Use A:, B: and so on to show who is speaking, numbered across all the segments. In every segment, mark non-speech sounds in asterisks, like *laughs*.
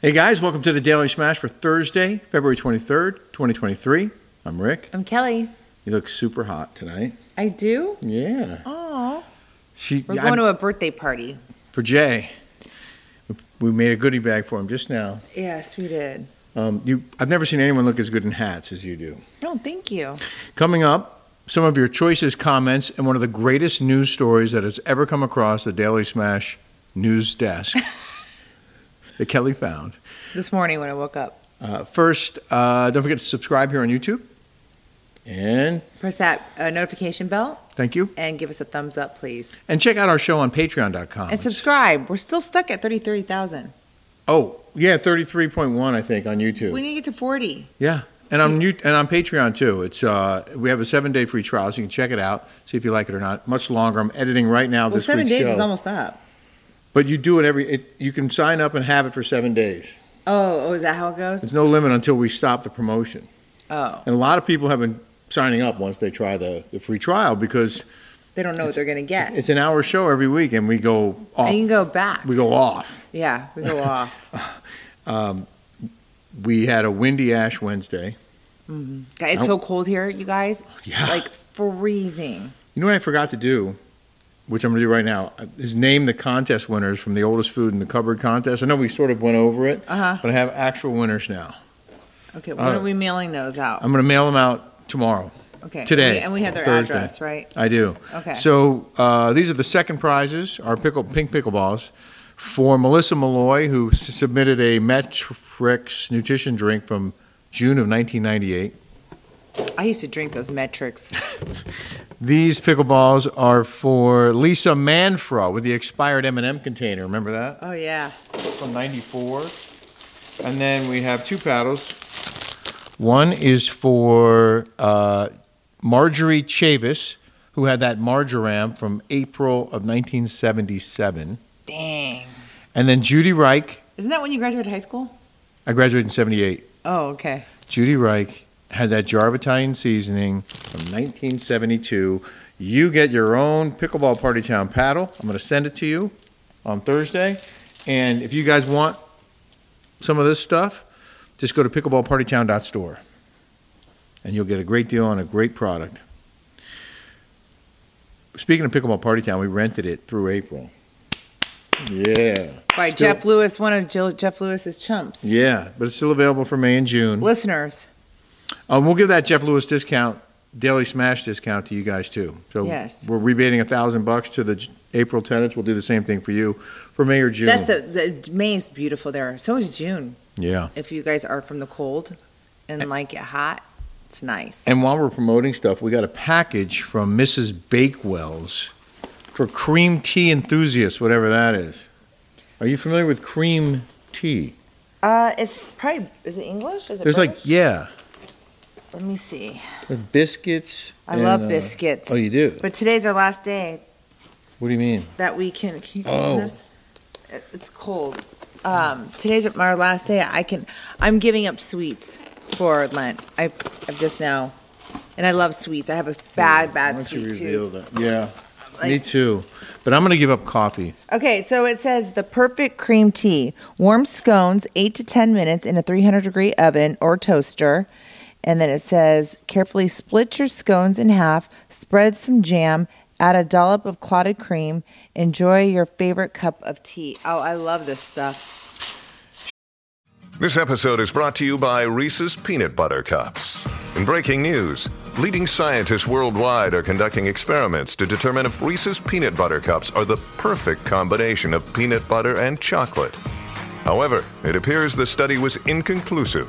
A: Hey guys, welcome to the Daily Smash for Thursday, February 23rd, 2023. I'm Rick.
B: I'm Kelly.
A: You look super hot tonight.
B: I do?
A: Yeah.
B: Oh.
A: She
B: We're
A: I-
B: going to a birthday party.
A: for Jay. We made a goodie bag for him just now.
B: Yes, we did.
A: Um, you, I've never seen anyone look as good in hats as you do.
B: No, thank you.
A: Coming up, some of your choices, comments, and one of the greatest news stories that has ever come across the Daily Smash news desk *laughs* that Kelly found.
B: This morning when I woke up,
A: Uh, first, uh, don't forget to subscribe here on YouTube. And
B: press that uh, notification bell
A: thank you.
B: and give us a thumbs up, please.
A: And check out our show on patreon.com.
B: And subscribe. We're still stuck at 33,000.
A: Oh, yeah, 33.1 I think on YouTube.
B: We need to get to 40.
A: and on you- and on Patreon too. It's uh, we have a 7-day free trial so you can check it out, see if you like it or not. Much longer. I'm editing right now
B: Well,
A: this
B: seven
A: week's
B: days
A: show.
B: is almost up.
A: but you do it every it, you can sign up and have it for 7 days.
B: Oh, oh, is that how it goes?
A: There's no limit until we stop the promotion.
B: Oh,
A: And a lot of people have been signing up once they try the, the free trial because
B: they don't know what they're going to get.
A: it's an hour show every week and we go off.
B: And you can go back.
A: we go off.
B: yeah,
A: *laughs*
B: we go off.
A: Um, we had a windy ash Wednesday.
B: Mhm. God, It's so cold here, you guys.
A: Yeah.
B: Like freezing.
A: You know what I forgot to do, which I'm going to do right now, is name the contest winners from the oldest food in the cupboard contest. I know we sort of went over it,
B: Uh-huh.
A: but I have actual winners now.
B: Okay, when
A: Uh,
B: are we mailing those out?
A: I'm going to mail them out tomorrow.
B: Okay.
A: today,
B: And we have their
A: Thursday.
B: address, right?
A: I do.
B: Okay.
A: So uh, these are the second prizes, our pickle, pink pickleballs, for Melissa Malloy, who s- submitted a Metrix nutrition drink from June of 1998.
B: I used to drink those metrics.
A: *laughs* These pickleballs are for Lisa Manfro with the expired M&M container. Remember that?
B: Oh yeah.
A: from 94. And then we have two paddles. One is for uh, Marjorie Chavis, who had that marjoram from April of 1977.
B: Dang.
A: And then Judy Reich,
B: Isn't that when you graduated high school?
A: I graduated in 78.
B: Oh, okay.
A: Judy Reich had that jar of Italian seasoning from 1972. You get your own Pickleball Party Town paddle. I'm going to send it to you on Thursday. And if you guys want some of this stuff, just go to pickleballpartytown.store and you'll get a great deal on a great product. Speaking of Pickleball Party Town, we rented it through April. Yeah.
B: By
A: Still-
B: Jeff Lewis, one of Jill, Jeff Lewis's chumps.
A: Yeah, but it's still available for May and June.
B: Listeners,
A: Um, we'll give that Jeff Lewis discount, Daily Smash discount to you guys too. So
B: Yes.
A: we're rebating a thousand bucks to the J- April tenants. We'll do the same thing for you for May or June.
B: that's the, the May is beautiful there. So is June.
A: yeah.
B: If you guys are from the cold and like it hot, it's nice.
A: And while we're promoting stuff, we got a package from Mrs. Bakewell's for cream tea enthusiasts, whatever that is. Are you familiar with cream tea?
B: Uh, it's probably is it English? Is it
A: There's like
B: British?
A: yeah,
B: Let me see.
A: with biscuits.
B: I
A: and,
B: love
A: uh,
B: biscuits.
A: oh, you do.
B: But today's our last day
A: What do you mean?
B: that we can. Can you
A: Oh.
B: open this? It- It's cold. Um, today's our last day. I can. I'm giving up sweets for Lent. I, I've just now, and I love sweets. I have a bad,
A: Why
B: bad
A: don't you
B: sweet
A: reveal
B: tooth.
A: that? Yeah, me
B: Like-
A: too. But I'm gonna give up coffee.
B: Okay, so it says the perfect cream tea. Warm scones, eight to ten minutes in a 300 degree oven or toaster. And then it says carefully split your scones in half, spread some jam, add a dollop of clotted cream. Enjoy your favorite cup of tea. Oh, I love this stuff.
C: This episode is brought to you by Reese's Peanut Butter Cups. In breaking news, leading scientists worldwide are conducting experiments to determine if Reese's Peanut Butter Cups are the perfect combination of peanut butter and chocolate. However, it appears the study was inconclusive,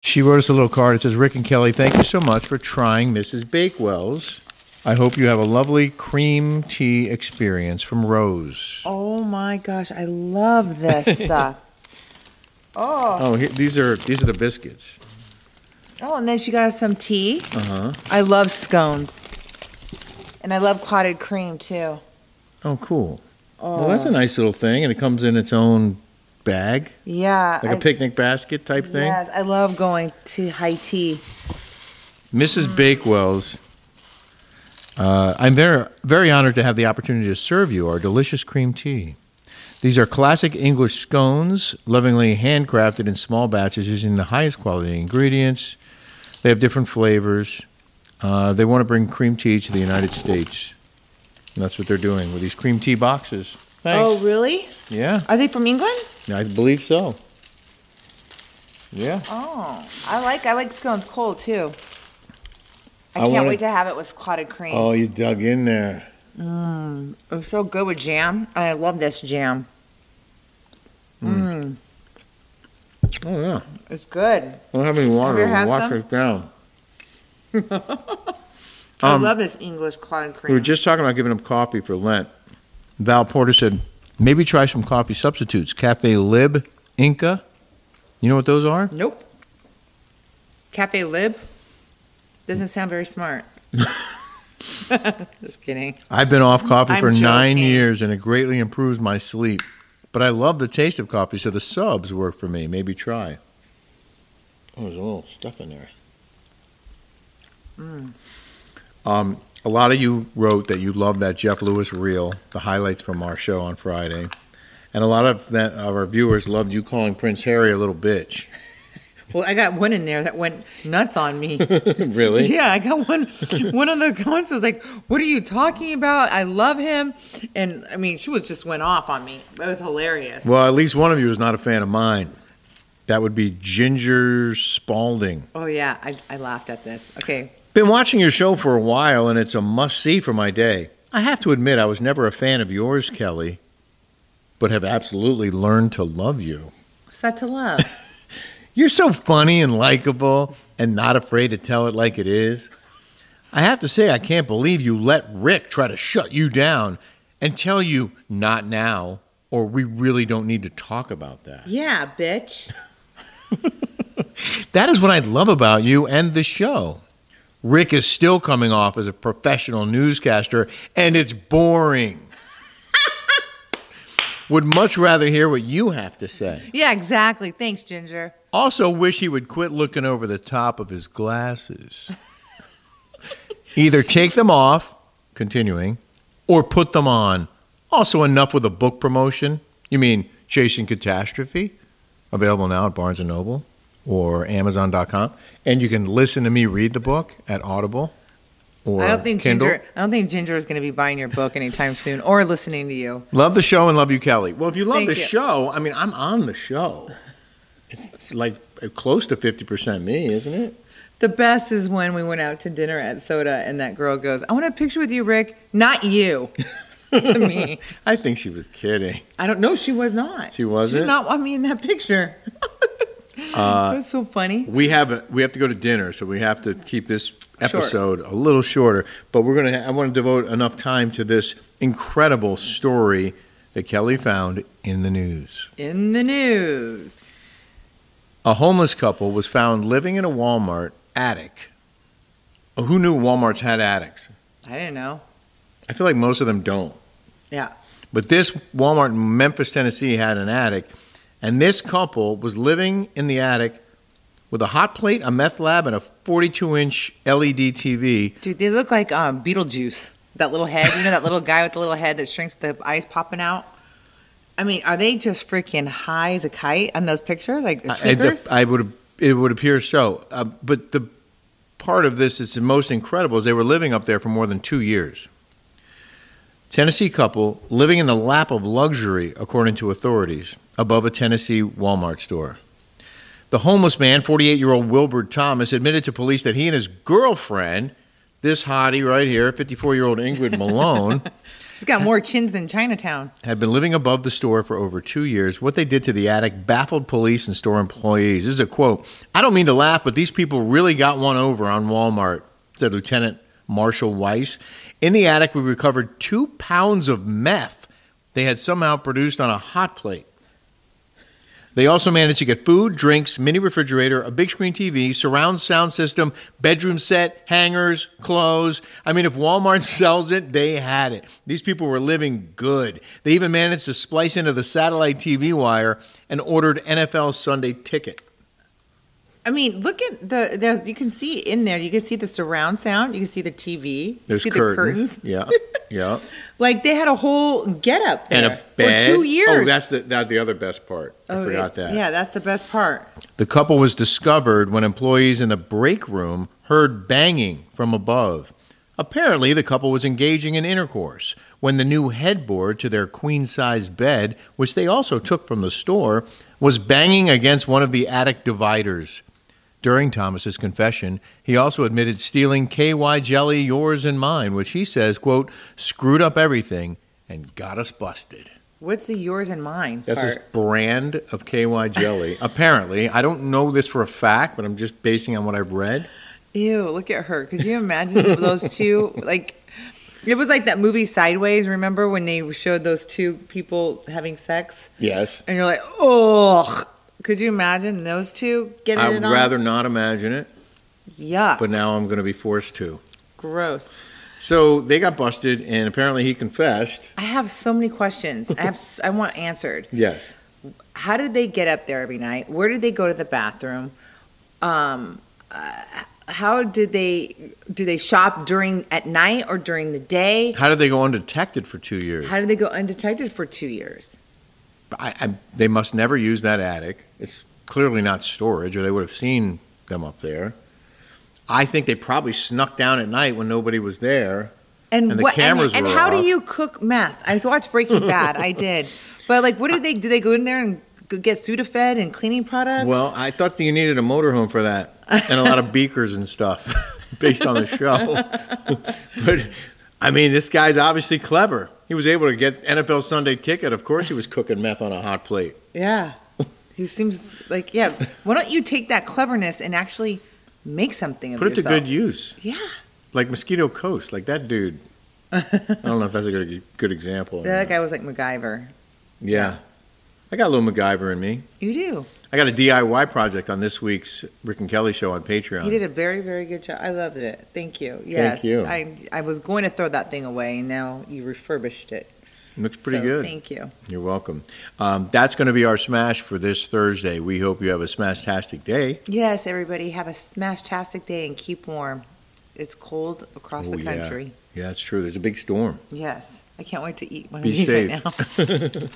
A: She wrote us a little card. It says, Rick and Kelly, thank you so much for trying Mrs. Bakewell's. I hope you have a lovely cream tea experience from Rose.
B: Oh my gosh, I love this
A: *laughs*
B: stuff. Oh,
A: Oh, here, these are these are the biscuits.
B: oh, and then she got us some tea.
A: Uh-huh.
B: I love scones, and I love clotted cream too.
A: Oh, cool. Well,
B: Oh.
A: that's a nice little thing, and it comes in its own bag,
B: Yeah,
A: like a
B: I-
A: picnic basket type thing.
B: Yes, I love going to high tea.
A: Mrs. Bakewell's. Uh, I'm very, very honored to have the opportunity to serve you our delicious cream tea. These are classic English scones, lovingly handcrafted in small batches using the highest quality ingredients. They have different flavors. Uh, they want to bring cream tea to the United States. And that's what they're doing with these cream tea boxes.
B: Oh,
A: Thanks.
B: really?
A: Yeah,
B: Are they from England?
A: I believe so. Yeah.
B: Oh, I like I like scones cold too.
A: I
B: I, can't
A: wanna-
B: wait to have it with clotted cream.
A: Oh, you dug in there.
B: Mm, it's so good with jam. I love this jam. Mm.
A: Oh, yeah.
B: it's good.
A: I don't have any water.
B: you had
A: Wash
B: some?
A: it down.
B: I
A: Um,
B: love this English clotted cream.
A: We were just talking about giving up coffee for Lent. Val Porter said, maybe try some coffee substitutes. Cafe Lib, Inca. You know what those are?
B: nope. Cafe Lib doesn't sound
A: *laughs*
B: very smart. *laughs* just kidding.
A: I've been off coffee
B: I'm
A: for nine
B: joking.
A: years and it greatly improves my sleep. But I love the taste of coffee, so the subs work for me. Maybe try. Oh, there's a little stuff in there.
B: Mm.
A: Um, a lot of you wrote that you loved that Jeff Lewis reel, the highlights from our show on Friday. And a lot of, that, of our viewers loved you calling Prince Harry a little bitch.
B: *laughs* Well, I got one in there that went nuts on me.
A: really?
B: Yeah, I got one. One of the comments was like, "What are you talking about? I love him," and I mean, she was just went off on me. It was hilarious.
A: Well, at least one of you is not a fan of mine. That would be Ginger Spalding.
B: Oh yeah, I, I laughed at this. Okay,
A: Been watching your show for a while, and it's a must see for my day. I have to admit, I was never a fan of yours, Kelly, but have absolutely learned to love you.
B: what's that to love?
A: You're so funny and likable and not afraid to tell it like it is. I have to say, I can't believe you let Rick try to shut you down and tell you, not now, or we really don't need to talk about that.
B: yeah, bitch.
A: That is what I love about you and the show. Rick is still coming off as a professional newscaster, and it's boring. would much rather hear what you have to say.
B: Yeah, exactly. Thanks, Ginger.
A: Also, wish he would quit looking over the top of his glasses. Either take them off, continuing, or put them on. Also, enough with the book promotion. You mean Chasing Catastrophe? Available now at Barnes & Noble or Amazon.com. And you can listen to me read the book at Audible or
B: I don't think
A: Kindle.
B: Ginger. I don't think Ginger is going to be buying your book anytime soon or listening to you.
A: Love the show and love you, Kelly. Well, if you love
B: Thank
A: the
B: you.
A: show, I mean, I'm on the show. It's like close to 50% me, isn't it?
B: The best is when we went out to dinner at Soda, and that girl goes, "I want a picture with you, Rick, not you." *laughs* to me,
A: I think she was kidding.
B: I don't know. She was not.
A: She wasn't? Uh,
B: She did not want me in that picture.
A: *laughs*
B: it was so funny.
A: We have a, we have to go to dinner, so we have to keep this episode a little shorter. But we're gonna. I want to devote enough time to this incredible story that Kelly found in the news.
B: In the news.
A: A homeless couple was found living in a Walmart attic. Oh, who knew Walmarts had attics?
B: I didn't know.
A: I feel like most of them don't.
B: Yeah.
A: But this Walmart in Memphis, Tennessee had an attic, and this couple was living in the attic with a hot plate, a meth lab, and a 42 inch E LED TV.
B: Dude, they look like um, Beetlejuice. That little head, you know, that little guy with the little head that shrinks, the eyes popping out. I mean, are they just freaking high as a kite on those pictures? Like
A: Uh, I- I-
B: tweakers?
A: I, would it would appear so. Uh, but the part of this that's the most incredible is they were living up there for more than two years. Tennessee couple living in the lap of luxury, according to authorities, above a Tennessee Walmart store. The homeless man, 48 year old Wilbert Thomas, admitted to police that he and his girlfriend, this hottie right here, 54 year old Ingrid Malone,
B: She's got more chins than Chinatown.
A: had been living above the store for over two years. What they did to the attic baffled police and store employees. This is a quote. I don't mean to laugh, but these people really got one over on Walmart, said Lieutenant Marshall Weiss. In the attic, we recovered two pounds of meth they had somehow produced on a hot plate. They also managed to get food, drinks, mini refrigerator, a big screen TV, surround sound system, bedroom set, hangers, clothes. I mean, if Walmart *laughs* sells it, they had it. These people were living good. They even managed to splice into the satellite TV wire and ordered NFL Sunday ticket.
B: I mean, look at the, the you can see in there. You can see the surround sound. You can see the TV. You
A: There's
B: see
A: curtains.
B: the curtains.
A: *laughs* Yeah, yeah.
B: Like they had a whole get up there
A: And a bed.
B: for two years.
A: Oh, that's the that, the other best part. I
B: Oh,
A: forgot
B: yeah,
A: that.
B: Yeah, that's the best part.
A: The couple was discovered when employees in the break room heard banging from above. Apparently, the couple was engaging in intercourse when the new headboard to their queen size bed, which they also took from the store, was banging against one of the attic dividers. During Thomas's confession, he also admitted stealing KY jelly, yours and mine, which he says, quote, screwed up everything and got us busted.
B: What's the yours and mine
A: That's
B: part?
A: this brand of KY jelly. *laughs* Apparently, I don't know this for a fact, but I'm just basing on what I've read.
B: Ew, look at her. Could you imagine
A: *laughs*
B: those two? Like, it was like that movie Sideways. Remember when they showed those two people having sex?
A: Yes.
B: And you're like, oh, could you imagine those two getting
A: I
B: it
A: would
B: on?
A: rather not imagine it,
B: Yuck.
A: but now I'm going to be forced to.
B: Gross.
A: So they got busted, and apparently he confessed.
B: I have so many questions. I have. s- I want answered.
A: Yes.
B: How did they get up there every night? Where did they go to the bathroom? Um, uh, how did they do they shop during at night or during the day?
A: How did they go undetected for two years?
B: How did they go undetected for two years?
A: I, I, they must never use that attic. It's clearly not storage, or they would have seen them up there. I think they probably snuck down at night when nobody was there.
B: And,
A: And the
B: what,
A: cameras
B: and,
A: were
B: and how
A: off.
B: do you cook meth? I watched Breaking
A: *laughs*
B: Bad. I did, but like, what did they do? They go in there and g- get Sudafed and cleaning products.
A: Well, I thought that you needed a motorhome for that and a lot
B: *laughs*
A: of beakers and stuff *laughs* based on the show. *laughs* but I mean, this guy's obviously clever. He was able to get NFL Sunday ticket. Of course, he was cooking meth on a hot plate.
B: yeah, he seems like yeah. Why don't you take that cleverness and actually make something of
A: Put it to
B: yourself?
A: good use,
B: Yeah,
A: like Mosquito Coast, like that dude. I don't know if that's a good good example. or
B: that
A: not.
B: guy was like MacGyver.
A: Yeah, I got a little MacGyver in me.
B: You do.
A: I got a DIY project on this week's Rick and Kelly show on Patreon.
B: He did a very, very good job. I loved it. Thank you. Yes,
A: you.
B: I I was going to throw that thing away, and now you refurbished it.
A: Looks pretty
B: So,
A: good.
B: Thank you.
A: You're welcome. Um, that's going to be our smash for this Thursday. We hope you have a smashtastic day.
B: Yes, everybody, have a smashtastic day and keep warm. It's cold across
A: Oh,
B: the
A: yeah.
B: country.
A: Yeah, that's true. There's a big storm.
B: Yes. I can't wait to eat one
A: Be
B: of these
A: safe.
B: right now.